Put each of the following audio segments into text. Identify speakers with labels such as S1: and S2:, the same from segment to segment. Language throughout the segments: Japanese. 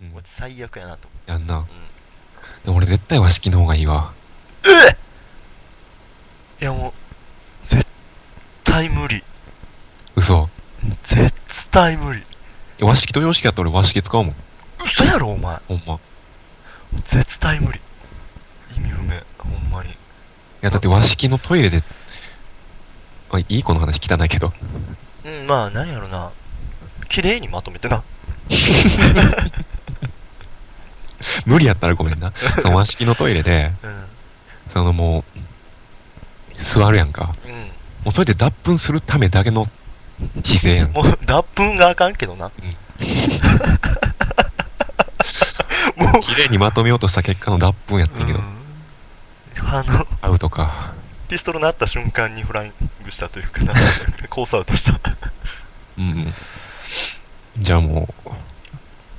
S1: うん
S2: 俺最悪やなと思
S1: やんな
S2: う、うん、
S1: でも俺絶対和式の方がいいわ
S2: いやもう絶対無理
S1: 嘘
S2: 絶対無理
S1: え和式と洋式やったら俺和式使うもん
S2: 嘘やろお前
S1: ほんまい
S2: 絶対無理意味不明ほんまに
S1: やだって和式のトイレであいい子の話汚いけど
S2: うんまあなんやろな綺麗にまとめてな
S1: 無理やったらごめんなその和式のトイレで
S2: う
S1: そのもう座るやんか
S2: んうん
S1: もうそれで脱粉するためだけの姿勢やん
S2: もう脱粉があかんけどな、 もう
S1: 綺麗にまとめようとした結果の脱粉やってんけど、
S2: うんあの
S1: アウトか
S2: ピストル鳴った瞬間にフライングしたというかなコースアウトした
S1: うんうんじゃあもう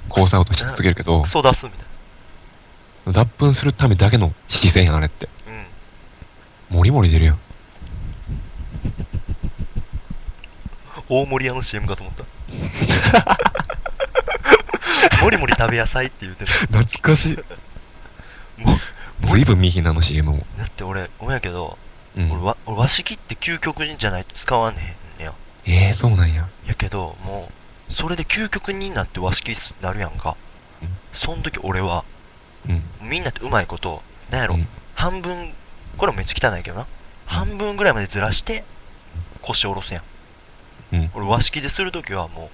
S1: コースアウトし続けるけど
S2: クソ出すみたい
S1: 脱粉するためだけの姿勢やんあれって
S2: なうん
S1: もりもり出るやん
S2: 大盛り屋の CM かと思った もりもり食べ野菜って言うてる
S1: 懐かしい
S2: もう
S1: ずいぶんミヒナの CM も、
S2: だって俺ごめんやけど、
S1: うん、
S2: 俺わ俺和式って究極にじゃないと使わねえんねや
S1: ええー、そうなんや
S2: やけどもうそれで究極になって和式になるやんか、
S1: うん
S2: そん時俺は
S1: うん
S2: みんなってうまいことなんやろ、
S1: うん
S2: 半分これもめっちゃ汚いけどな半分ぐらいまでずらして腰下ろすやん、
S1: うん
S2: 俺和式でする時はも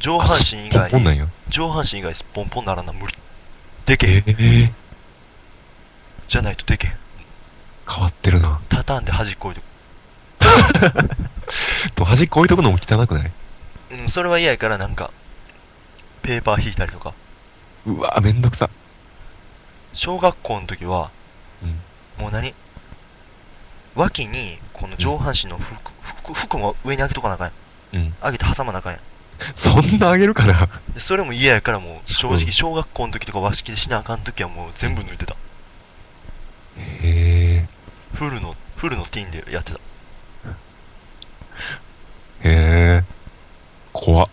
S2: う上
S1: あ
S2: 半身以
S1: すっぽんぽんなん
S2: 外
S1: や
S2: 上半身以外すっぽんぽんならな無理でけ
S1: え
S2: へん
S1: えー、
S2: じゃないとでけへん
S1: 変わってるな
S2: 畳んで端っこ置いと
S1: と端っこ置いとくのも汚くない
S2: くうんそれは嫌やからなんかペーパー引いたりとか
S1: うわめんどくさ
S2: 小学校の時は
S1: うん
S2: もう何脇にこの上半身の服服服も上に上げとかなあかんや
S1: うん
S2: ん上げて挟まなあかんや
S1: そんなあげるかな
S2: んでそれも嫌やからもう正
S1: う
S2: 直
S1: ん
S2: 小学校の時とか和式でしなあかん時はもう全部抜いてた
S1: へ
S2: フルのフルのティーンでやってた
S1: えへえ怖っ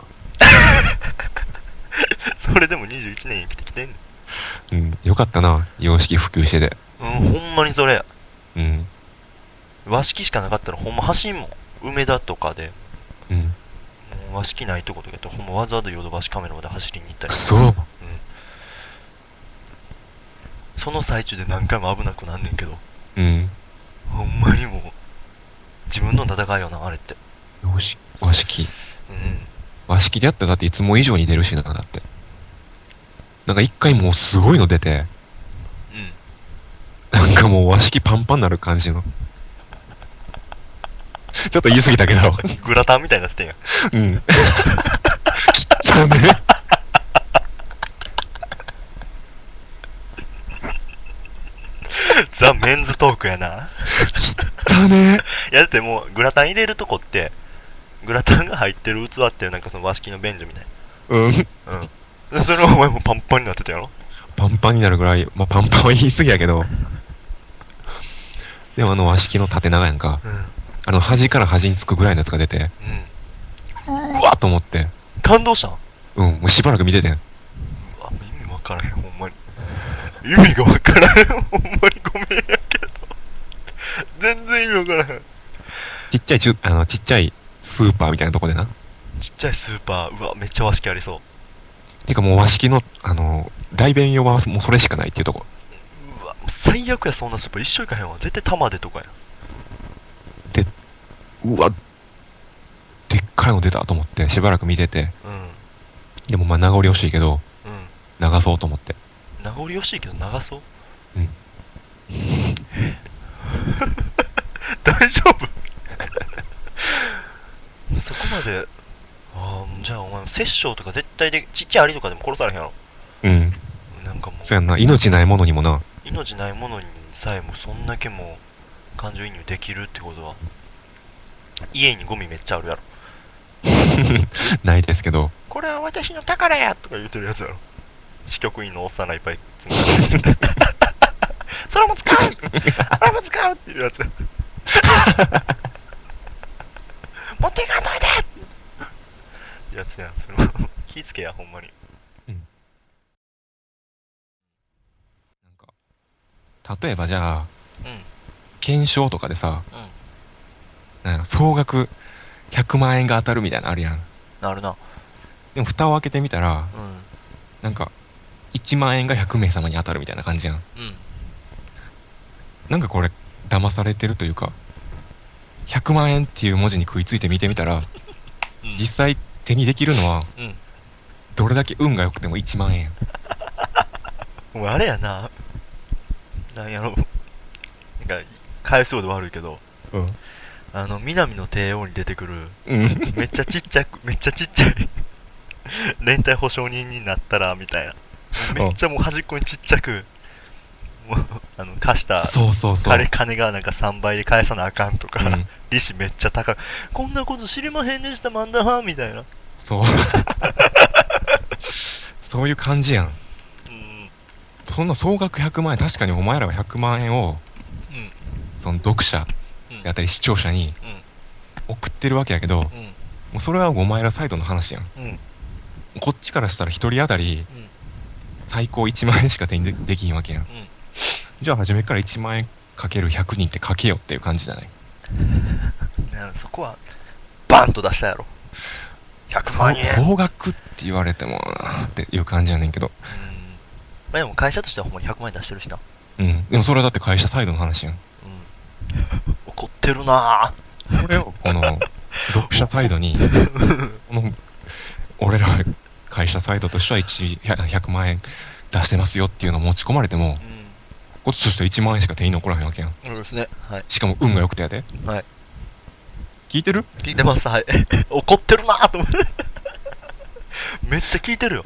S2: それでも21年生きてきてんね
S1: うんよかったな洋式普及してて
S2: んうんほんまにそれ
S1: うん
S2: 和式しかなかったらほんま走んもん梅田とかで
S1: うん
S2: もう和式ないとことかやったらほんまわざわざヨドバシカメラまで走りに行ったり
S1: くそ
S2: その最中で何回も危なくなんねんけど
S1: うん
S2: ほんまにもう自分の戦いよなあれって
S1: 洋式和式
S2: うん
S1: 和式でやったらだっていつも以上に出るしなだってなんか一回もうすごいの出て
S2: うん
S1: なんかもう和式パンパンなる感じのちょっと言い過ぎたけど
S2: グラタンみたいになってたやん
S1: うん。きっちゃね。
S2: ザ・メンズトークやな
S1: きったね。
S2: いやだってもうグラタン入れるとこってグラタンが入ってる器ってなんかその和式の便所みたい
S1: うん。
S2: なうんでそれをお前もパンパンになってたやろ
S1: パンパンになるぐらい、まあ、パンパンは言い過ぎやけど。でもあの和式の縦長やんか。
S2: うんうん
S1: あの端から端につくぐらいのやつが出て、うわっと思って。
S2: 感動したん
S1: うん、もうしばらく見ててん。
S2: うわ意味わからへんほんまに意味がわからへんほんまにごめんやけど全然意味わからへん
S1: ちっちゃいちゅ、あの、ちっちゃいスーパーみたいなとこでな。
S2: ちっちゃいスーパーうわめっちゃ和式ありそう
S1: てかもう和式の、あの、大便用はもうそれしかないっていうとこ。
S2: うわもう最悪やそんなスーパー一生行かへんわ絶対玉でとかや
S1: うわでっかいの出たと思って、しばらく見てて。
S2: うん
S1: でもまあ名残惜しいけど、
S2: うん
S1: 流そうと思って。
S2: 名残惜しいけど長そう
S1: うん
S2: 大丈夫 そこまでああじゃあお前殺生とか絶対でちっちゃいアリとかでも殺されへんやろ
S1: うん。
S2: なんかもう
S1: そうやんな、命ないものにもな、
S2: 命ないものにさえもそんだけもう感情移入できるってことは家にゴミめっちゃあるやろ
S1: ないですけど、
S2: これは私の宝やとか言ってるやつやろ支局員のおっさんがいっぱい 詰めてるそれも使うあれも使うっていうや つ持っていかんといてってやつやんそれも気ぃつけやほんまに
S1: 例えばじゃあ、
S2: うん
S1: 検証とかでさ、
S2: うん
S1: なんや総額100万円が当たるみたいなのあるやん。
S2: なるな
S1: でも蓋を開けてみたら、
S2: う
S1: なんか、1万円が100名様に当たるみたいな感じやん。
S2: んうん
S1: なんかこれ、騙されてるというか、100万円っていう文字に食いついて見てみたら、
S2: うん
S1: 実際手にできるのは、
S2: うん
S1: どれだけ運が良くても1万円。
S2: お前あれやななんやろなんか返すこと悪いけど
S1: うん。
S2: あの南の帝王に出てくる
S1: うん。
S2: めっちゃちっちゃくめ っちゃちっちゃい連帯保証人になったらみたいなめっちゃもう端っこにちっちゃくもうあの貸した
S1: そうそうそう。
S2: 金金がなんか3倍で返さなあかんとか、
S1: うん
S2: 利子めっちゃ高いこんなこと知りまへんでしたマンダハみたいな
S1: そう。 そういう感じやん。
S2: うん
S1: そんな総額100万円、確かにお前らは100万円を、
S2: うん
S1: その読者
S2: うん
S1: であったり視聴者に送ってるわけやけど、も
S2: う
S1: うそれはお前らサイドの話やん。
S2: んうん
S1: こっちからしたら1人当たり
S2: うん、
S1: 最高1万円しか手にでできんわけやん。
S2: うん
S1: じゃあ初めから1万円かける100人ってかけよっていう感じじゃない
S2: なそこはバンと出したやろ100万円
S1: そう総額って言われてもなーっていう感じやねんけど。
S2: うんまあでも会社としてはほんまに100万円出してるしな
S1: うん。でもそれはだって会社サイドの話やん。
S2: うん怒ってるな
S1: これをこの読者サイドにこの俺ら会社サイドとしては1 100万円出してますよっていうのを持ち込まれても
S2: う
S1: こっちとしては1万円しか手に残らへんわけやん
S2: んそうですねはい
S1: しかも運が良くてやで
S2: はい
S1: 聞いてる
S2: 聞いてますはい 怒ってるなと思ってめっちゃ聞いてるよ、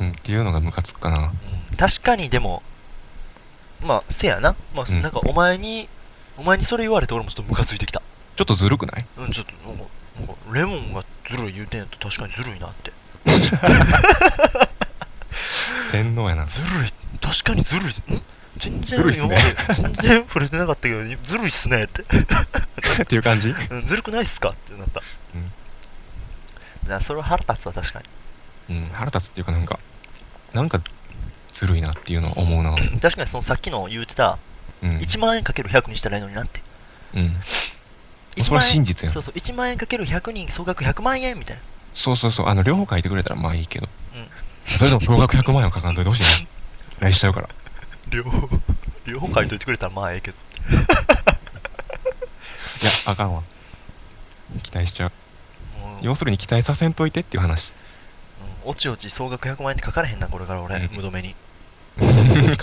S1: うんっていうのがムカつくかな
S2: うん、確かにでもまあせやなまあ、
S1: うん
S2: なんかお前にお前にそれ言われて俺もちょっとムカついてきた
S1: ちょっとずるくない
S2: うんちょっとなんかなんかレモンがずるい言うてんやったら確かにずるいなって
S1: 洗脳やな
S2: ずるい確かにずるいん全然
S1: ずるいっすね
S2: 今まで全然触れてなかったけどずるいっすねって
S1: っていう感じ
S2: うんずるくないっすかってなった、
S1: うん
S2: だからそれは腹立つわ確か
S1: うん腹立つっていうかなんかなんかずるいなっていうのは思うな
S2: に確かにそのさっきの言うてた
S1: うん、
S2: 1万円かける100にしたらいいのになって
S1: うん、それは真実やん
S2: そうそう1万円かける100人総額100万円みたいな
S1: そうそうそうあの両方書いてくれたらまあいいけど、
S2: う
S1: それでも総額100万円は書かんといてほしいな 期待しちゃうから
S2: 両方 両方書いといてくれたらまあええけど
S1: いや、あかんわ。期待しちゃう。
S2: もう
S1: 要するに期待させんといてっていう 話。
S2: うんおちおち総額100万円って書かれへんなこれから俺、
S1: うん
S2: ムード目に
S1: 書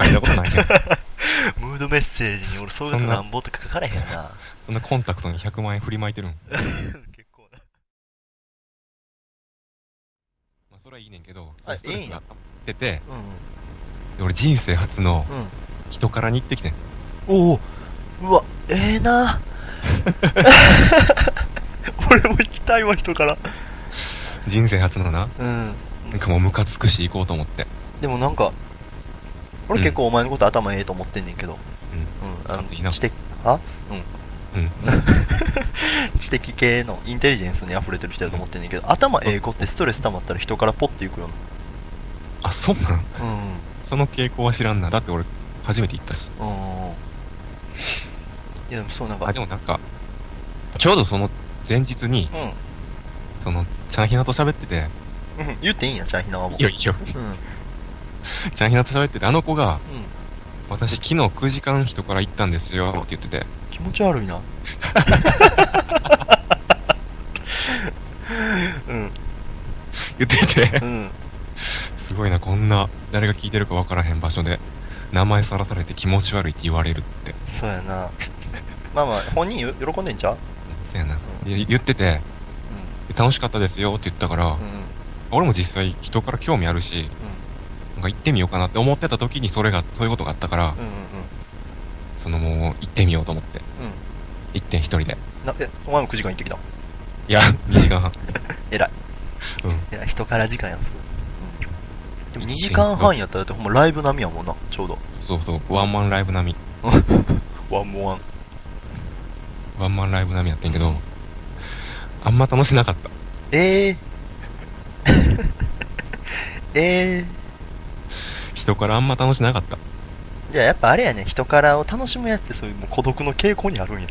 S1: いたことないけど。
S2: ムードメッセージに俺総
S1: そ
S2: 額
S1: んな
S2: なんぼって書かれへん な
S1: そんなコンタクトに100万円振りまいてるん。ま
S2: 結構な
S1: あ、それはいいねんけど、
S2: あ
S1: それ
S2: いいんや
S1: が出て、
S2: う
S1: で俺人生初の
S2: んうん
S1: 人からに行ってきてん。
S2: おおうわええな 俺も行きたいわ人から
S1: 人生初のな。
S2: うん
S1: なんかもうムカつくし行こうと思って。
S2: でもなんか俺結構お前のこと頭ええと思ってんねんけどうん、あ
S1: ちゃんといいな
S2: の知的あ
S1: うん。
S2: 知的系のインテリジェンスに溢れてる人だと思ってんねんけど頭ええ子ってストレス溜まったら人からポッていくよ
S1: あ、そうなん
S2: なうん
S1: その傾向は知らんな。だって俺、初めて行ったし。
S2: うんいやでもそうなんか
S1: あ、でもなんか、ちょうどその前日に、
S2: うん、
S1: その、ちゃんひなと喋ってて、
S2: うん、言っていいんやチャーヒナはもう
S1: いやいや、
S2: うんうん
S1: ちゃんひなと喋ってて、あの子が、私昨日9時間人から行ったんですよって言ってて、
S2: 気持ち 悪いなうん
S1: 言ってて、
S2: うん
S1: すごいな、こんな、誰が聞いてるか分からへん場所で、名前さらされて気持ち悪いって言われるって。
S2: そうやなまあまあ本人よ喜んでんちゃう
S1: そうやな。で言ってて、楽しかったですよって言ったから、
S2: うんうん
S1: 俺も実際人から興味あるし、なんか行ってみようかなって思ってた時にそれが、そういうことがあったから
S2: う、んうん
S1: そのもう行ってみようと思って、
S2: うん
S1: 行ってん一人で。
S2: うんなえお前も9時間行ってきた
S1: いや、2時間 半。
S2: 偉い
S1: うん。
S2: いや人から時間やんすでも
S1: 一時
S2: 2時
S1: 間
S2: 間半やったらだってほんまライブ並みやもんなちょうど
S1: そうそう、ワンマンライブ並み。
S2: ワンモワン
S1: ワンマンライブ並みやってんけど、あんま楽しなかった。
S2: え えええ
S1: 人からあんま楽しなかった。
S2: じゃあやっぱあれやね、人からを楽しむやつってそういうもう孤独の傾向にあるんや。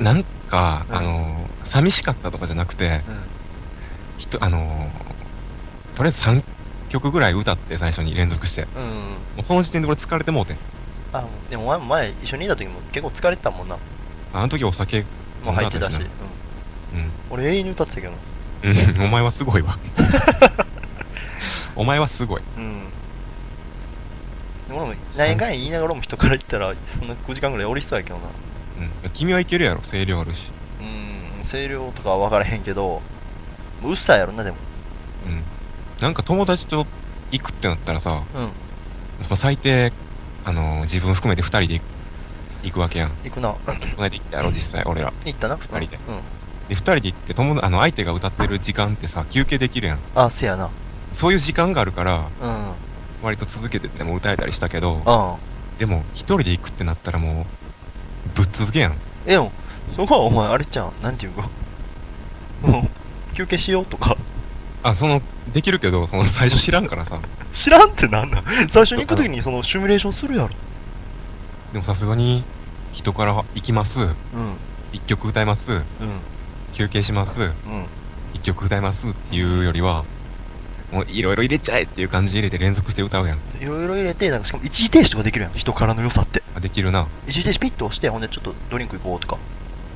S1: なんか、
S2: うん
S1: あの、寂しかったとかじゃなくて、
S2: う
S1: 人、あの、とりあえず3曲ぐらい歌って最初に連続して、
S2: ん。うん。
S1: もうその時点で俺疲れてもうてん。
S2: あ、でもお前も前一緒にいた時も結構疲れてたもんな。
S1: あの時お酒、
S2: もう入ってたし。
S1: そううんだ、うん。
S2: 俺永遠に歌ってたけどな。
S1: うん、お 前はすごいわ。お前はすごい。
S2: うん。でも俺も何回言いながらも人から言ったら、そんな5時間ぐらいおりそうやけどな。
S1: うん。君はいけるやろ、声量あるし。
S2: うん、声量とかは分からへんけど、うっさいやろな、でも。
S1: うん。なんか友達と行くってなったらさ、
S2: うん。
S1: まあ最低、あの、自分含めて2人で行く行くわけやん。
S2: 行くな。
S1: この間行ったやろ、実際、俺ら。
S2: 行ったな、
S1: 二人で
S2: うん。
S1: で、2人で行って、友あの相手が歌ってる時間ってさ、休憩できるやん。
S2: あ、せやな。
S1: そういう時間があるから、
S2: うん。うん。
S1: 割と続けてても歌えたりしたけど、
S2: あ
S1: でも、1人で行くってなったらもう、ぶっ続けやん。
S2: え、でも、そこはお前、あれちゃん、なんていうか。もう、休憩しようとか。
S1: あ、その、できるけど、その最初知らんからさ。
S2: 知らんってなんだ最初に行くときにそのシミュレーションするやろ。
S1: でもさすがに、人から行きます、
S2: うん。
S1: 1曲歌います、
S2: うん。
S1: 休憩します、
S2: うん。
S1: 1曲歌いますっていうよりは、もういろいろ入れちゃえっていう感じで入れて連続して歌うやん。
S2: いろいろ入れて、なんかしかも一時停止とかできるやん。人からの良さって。
S1: あ、できるな。
S2: 一時停止ピッと押して、ほんでちょっとドリンク行こうとか。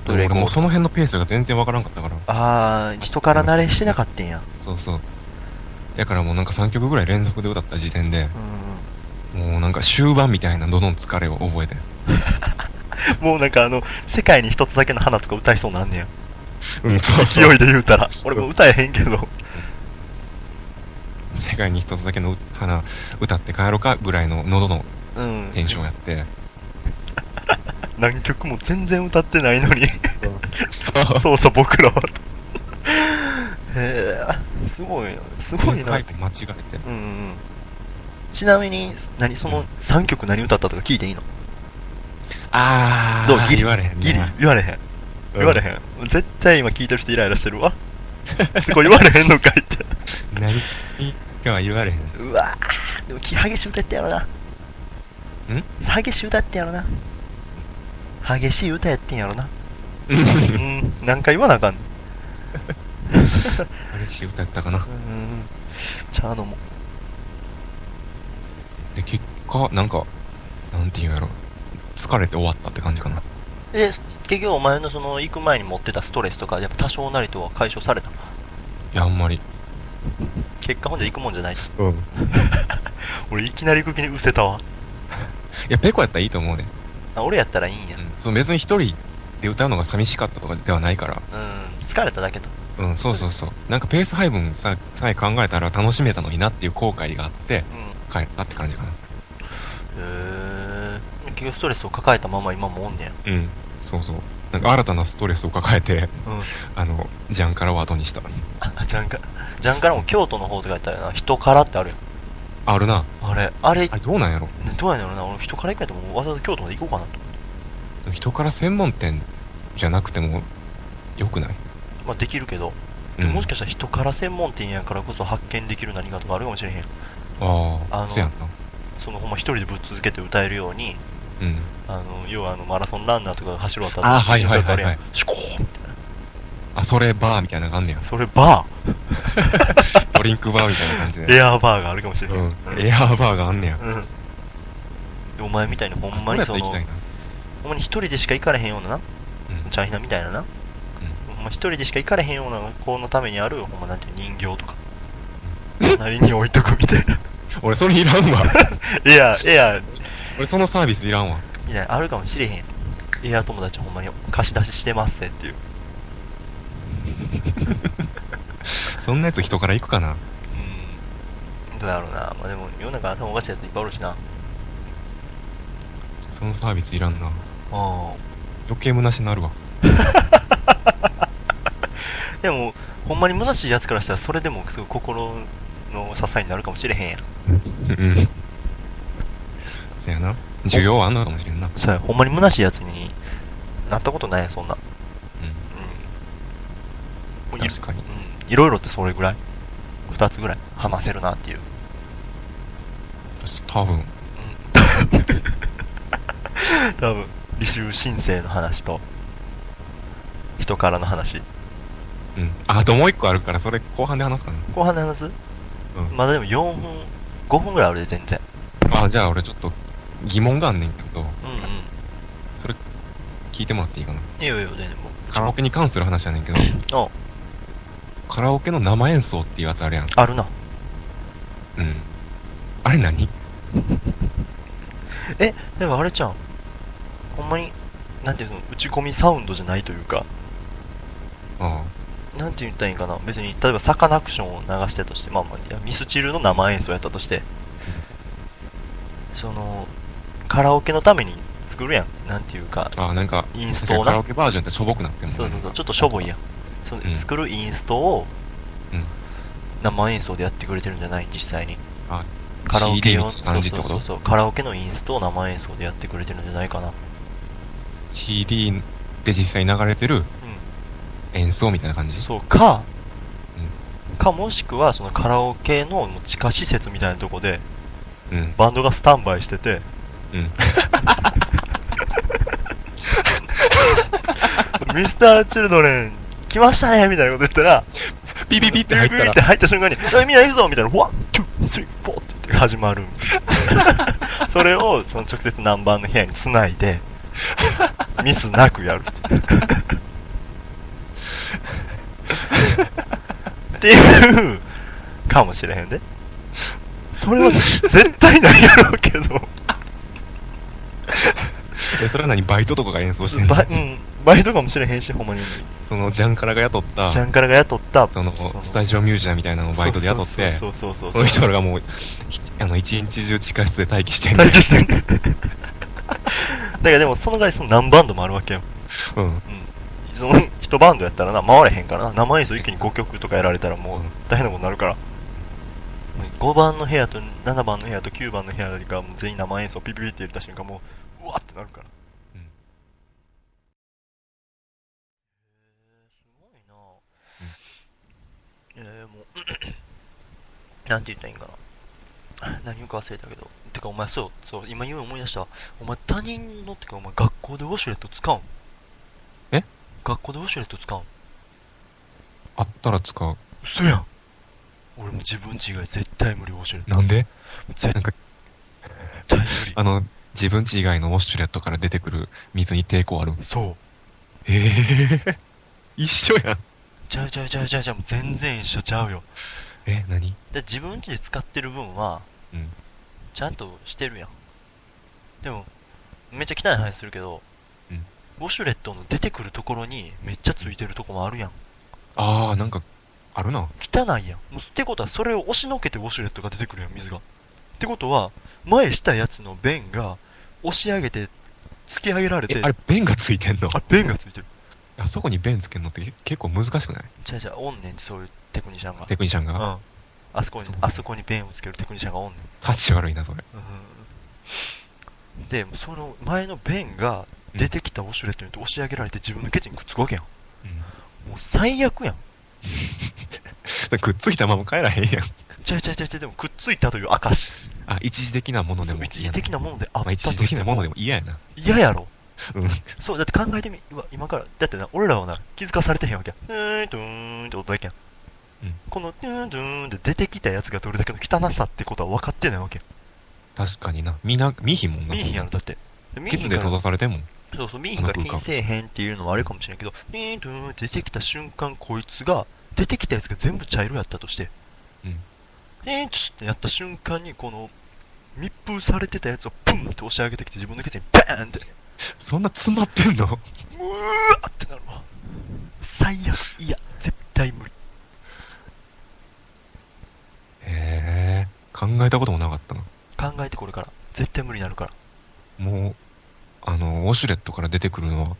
S1: でも俺もうその辺のペースが全然わからんかったから。
S2: あー、人から慣れしてなかったんや。
S1: そうそう。だからもうなんか3曲ぐらい連続で歌った時点で、
S2: う
S1: もうなんか終盤みたいなどどん疲れを覚えて。
S2: ん。もうなんかあの、世界に一つだけの花とか歌いそうなんねや。
S1: うん、そうそう。
S2: 勢いで言うたら。俺も歌えへんけど。
S1: 世界に一つだけの花歌って帰ろうかぐらいの喉の
S2: うん。
S1: テンションやって。
S2: 何曲も全然歌ってないの に。
S1: そう。
S2: そうそう、僕らは。へえ、すごいな。すごいな
S1: 最。後間違えて。
S2: うんうん。ちなみに、何、その3曲何歌ったとか聞いていいの
S1: あー、
S2: どうギリ
S1: 言われへんね
S2: ギリ言われへん。
S1: うん
S2: 言われへん。絶対今聞いてる人イライラしてるわ。すごい言われへんのかいって。
S1: 何かは言われへん。
S2: うわぁ、でもき激しい歌やってんやろな。ん激しい歌やってんやろな。激しい歌やってんやろな。うん、何回言わなあかんね
S1: 嬉しい歌やったかな。
S2: うん。ちゃうのも。
S1: で、結果、なんか、なんていうんやろ。疲れて終わったって感じかな。
S2: で、結局お前のその行く前に持ってたストレスとか、やっぱ多少なりとは解消された。
S1: いや、あんまり。
S2: 結果ほんじゃ行くもんじゃない。
S1: うん。い
S2: 俺いきなり行く気に失せたわ。
S1: や、ペコやったらいいと思うね。
S2: あ俺やったらいいんや
S1: う。ん。そう別に一人で歌うのが寂しかったとかではないから。
S2: うん、疲れただけと。
S1: うん、そうそうそう。なんかペース配分ささえ考えたら楽しめたのになっていう後悔があって、
S2: うん。
S1: 帰ったって感じかな。
S2: へえ。結局ストレスを抱えたまま今もおんねや。
S1: うん。そうそう。なんか新たなストレスを抱えて、
S2: うん。
S1: あの、ジャンからは後にした。
S2: あ、ジャンカ、ジャンからも京都の方とかやったらな、人からってあるやん。
S1: あるな。
S2: あれ、あれ
S1: あ、れどうなんやろ。
S2: どうやねんやろな、俺人から行くんやともうわざわざ京都まで行こうかなと。
S1: 人から専門店じゃなくても良くない、
S2: まあできるけど、
S1: うん、
S2: もしかしたら人から専門店やからこそ発見できる何かとかあるかもしれへん。
S1: あ
S2: あ
S1: あ
S2: の
S1: そうやんな
S2: そのほんま一人でぶっ続けて歌えるように、
S1: うん
S2: あの、要はあのマラソンランナーとかが走ろうと
S1: あはいはいはいはい
S2: シュコーみたいな。
S1: あそれバーみたいなのがあ んねや
S2: それバ
S1: ドリンクバーみたいな感じ
S2: ー、
S1: で
S2: エアーバーがあるかもしれへん。
S1: うん、エアーバーがあんねや
S2: うんでお前みたいにほ
S1: あ
S2: ん
S1: そ
S2: ま
S1: れや
S2: に
S1: ったら
S2: その、
S1: 行きたいな
S2: ほんまに一人でしか行かれへんようなな、
S1: うん
S2: チャイナみたいなな、ほんま一人でしか行かれへんような子のためにあるほんまなんていう人形とか隣に置いとくみた いな
S1: 俺それいらんわ
S2: エアエア
S1: 俺そのサービスいらんわ
S2: みたいなあるかもしれへんエア友達ほんまに貸し出ししてますぜっていう、
S1: そんなやつ人から行くかな
S2: うん、どうだろうなまあでも世の中頭おかしいやついっぱいおるしな
S1: そのサービスいらんな
S2: うん
S1: 余計虚しになるわ
S2: でもほんまに虚しいやつからしたらそれでもすごい心の支えになるかもしれへんやん
S1: うんそやな需要はあんのかもしれんな
S2: そうやほんまに虚しいやつになったことないやんそんなう
S1: うんん
S2: もうい
S1: 確かに
S2: うんいろいろってそれぐらい2つぐらい話せるなっていう、
S1: 多分
S2: うん、多分履修申請の話と人からの話
S1: うん。あ、あともう一個あるから、それ後半で話すかな。
S2: 後半で話す、
S1: うん
S2: まだでも4分5分ぐらいあるで全然
S1: あ、じゃあ俺ちょっと疑問があんねんけど、
S2: うんうん
S1: 聞いてもらっていいかな。
S2: いいよいいよ全然もう
S1: カラオケに関する話やねんけど、
S2: あ
S1: カラオケの生演奏っていうやつあるやん。
S2: あるな
S1: うん。あれ何
S2: でもあれちゃんほんまになんていうの打ち込みサウンドじゃないというか
S1: あ
S2: なんて言ったらいいんかな別に例えばサカナクションを流してとしてまあまあいやミスチルの生演奏やったとしてそのカラオケのために作るやんなんていうか
S1: あ。ああ、なんか、
S2: インス
S1: 確
S2: ト
S1: か
S2: を
S1: にカラオ
S2: な
S1: ケバージョンってしょぼくなってんもん
S2: そうそうそうちょっとしょぼいやんその
S1: うん
S2: 作るインストを
S1: うん
S2: 生演奏でやってくれてるんじゃない実際に
S1: あ
S2: カラオケ
S1: CD
S2: 用
S1: の
S2: のそ
S1: 感
S2: う
S1: じって
S2: そう
S1: こと
S2: そうそうカラオケのインストを生演奏でやってくれてるんじゃないかな
S1: CD で実際流れてる
S2: う
S1: 演奏みたいな感じ
S2: んそうかかもしくはそのカラオケの地下施設みたいなとこで
S1: うん。
S2: バンドがスタンバイしてて
S1: うん。
S2: 「 ミスターチルドレン来ましたね」みたいなこと言ったら
S1: ピピピって入っ
S2: ビ
S1: た
S2: ビビっ
S1: ら
S2: て、入った瞬間に「えみんな行くぞ!」みたいな「ワンツースリーフォー」って言って始まるそれをその直接南蛮の部屋につないでミスなくやるっていうかもしれへんでそれは絶対ないやろうけど
S1: えそれは何バイトとかが演奏してんの
S2: バ,、うん、バイトかもしれへんしほんまに
S1: そのジャンカラが雇った、
S2: ジャンカラが雇った
S1: そのスタジオミュージアムみたいなのをバイトで雇って、
S2: そうそうそ
S1: そ
S2: うそう
S1: の人らがもう、ひあの、一日中地下室で待機してんの
S2: 待機してん だからでもその代わりその何バンドもあるわけよ
S1: うん。
S2: うんその一バンドやったらな回れへんからな生演奏一気に5曲とかやられたらもう大変なことになるから5番の部屋と7番の部屋と9番の部屋がもう全員生演奏ピピピって入れた瞬間もううわってなるから
S1: うん
S2: へえすごいなえー、もう なんて言ったらいいんかな何言うか忘れたけどてかお前そうそう今言うの思い出したお前他人のってかお前学校でウォシュレット使うん
S1: え
S2: 学校でウォシュレット使うん
S1: あったら使う。
S2: 嘘やん俺も自分ち以外絶対無理ウォシュレット
S1: なんで
S2: 絶
S1: なんか
S2: 対無理
S1: あの、自分家以外のウォッシュレットから出てくる水に抵抗ある。
S2: そう
S1: ええ一緒やん。
S2: ちゃうちゃうちゃうちゃうちゃうもう全然一緒ちゃうよ
S1: え、何
S2: で自分ちで使ってる分は、
S1: うん
S2: ちゃんとしてるやんでもめっちゃ汚い話するけど、
S1: うん
S2: ウォシュレットの出てくるところにめっちゃついてるとこもあるやん
S1: あー、なんか、あるな。
S2: 汚いやんもうってことはそれを押しのけてウォシュレットが出てくるやん水がってことは前したやつの便が押し上げて突き上げられて
S1: え、あれ、弁がついてんの
S2: あ便がついてる
S1: あそこに弁つけんのって結構難しくない
S2: ちゃうちゃうおんねんそういうテクニシャンが
S1: テクニシャン
S2: うん
S1: が。
S2: あそこに
S1: そう
S2: あそこに便をつけるテクニシャンがおんねん
S1: タッチ悪いな、それ。
S2: うんでその前の弁が出てきたウォシュレットによって押し上げられて自分のケチにくっつくわけやん
S1: うん。
S2: もう最悪やん
S1: くっついたまま帰らへんやん。
S2: ちゃうちゃうちゃうちゃうでもくっついたという証
S1: あ、一時的なもので
S2: そう
S1: も
S2: 一時的なものであっ
S1: まあ、一
S2: たと
S1: 時的
S2: して
S1: なもの
S2: も
S1: でも嫌やな。
S2: 嫌やろ
S1: うん。
S2: そうだって考えてみうわ今からだってな俺らはな気づかされてへんわけやうーんドゥーンって音だけやん、
S1: うん
S2: このドゥーンドゥーンって出てきたやつがどれだけの汚さってことは分かってないわけや
S1: 確かにな。みな、見ひんもんな。
S2: 見えへんやろだって見えへ
S1: ケ
S2: ん
S1: ツ
S2: か
S1: で
S2: ら
S1: 閉ざされてんもん。
S2: そうそう、見えへんから
S1: この
S2: 気
S1: 空間
S2: にせえへんっていうのはあるかもしれんけど、ねーとーん出てきた瞬間、こいつが、出てきたやつが全部茶色やったとして、
S1: うん
S2: ねーつってやった瞬間に、この、密封されてたやつをプンって押し上げてきて、自分のケツにバーンって、
S1: そんな詰まってんの
S2: うわーってなるわ。最悪、いや、絶対無理。
S1: へえ。考えたこともなかったな。
S2: 考えてこれから、絶対無理になるから。
S1: もう、あの、ウォシュレットから出てくるのは、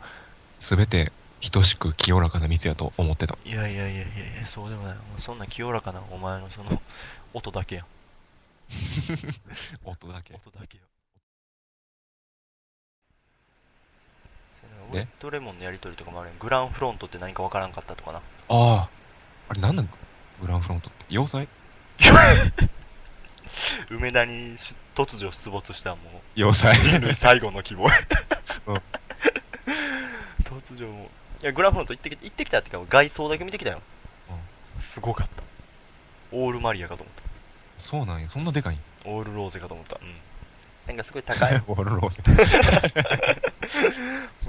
S1: すべて等しく清らかな水やと思ってた。
S2: いやいやいやいやいや、そうでもない。そんな清らかなお前のその、音だけやん。
S1: 音だけ。
S2: 音だけよ
S1: で
S2: 俺とレモンのやりとりとかもあるやんグランフロントって何かわからんかったとかな
S1: ああ。あれなんなんグランフロントって。要塞
S2: 梅田にし突如出没したも
S1: 要塞
S2: う人類最後の希望突如もういやグラフロント行ってき行ってきたっていうか外装だけ見てきたよ、すごかったオールマリアかと思っ
S1: そうなんや、そんなでかいん
S2: たオールローゼかと思った、うん、なんかすごい高い も
S1: オールローゼ。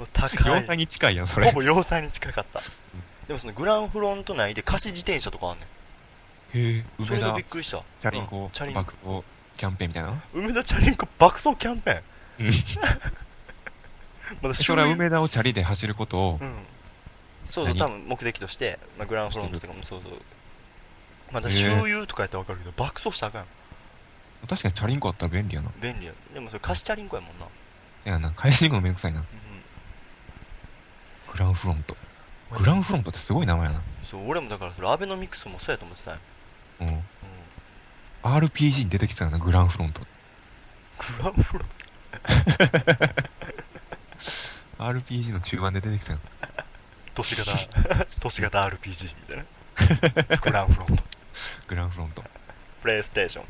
S2: う高
S1: 要
S2: い
S1: 塞に近いやん、それ。
S2: ほ
S1: へ
S2: ぼ要塞に近かったでもそのグランフロント内で貸し自転車とかあんね
S1: え、
S2: んそれ
S1: 梅
S2: が
S1: 田
S2: びっ、くりした
S1: チャリンコ
S2: うんチャリ、ンコ
S1: 爆走、キャンペーンみたいな。
S2: 梅田チャリンコ爆走キャンペーン
S1: うん
S2: まだ
S1: それは梅田をチャリで走ることを
S2: う、んそうそう
S1: 何
S2: 多分目的として、まあ、グランフロントとかもそうそうまだ
S1: へえ
S2: 周遊とかやったら分かるけど、爆走したらあか
S1: 確かにチャリンコあったら便利やな。
S2: ん便利やでもそれ貸しチャリンコやもんな、
S1: いやな、返しに行くのめんどくさいな。グランフロント。グランフロントってすごい名前やな。
S2: そう俺もだからそれアベノミクスもそうやと思ってたんや、
S1: うん。RPG に出てきそうやな、グランフロント。
S2: うん、グランフロン
S1: RPG の中盤で出てきそうやな。
S2: 都市型都市型 RPG みたい なグランフロント
S1: グランフロント。
S2: プレイステーション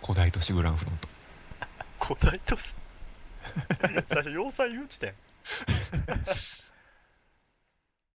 S1: 古代都市グランフロント。
S2: 古代都市最初要塞誘致点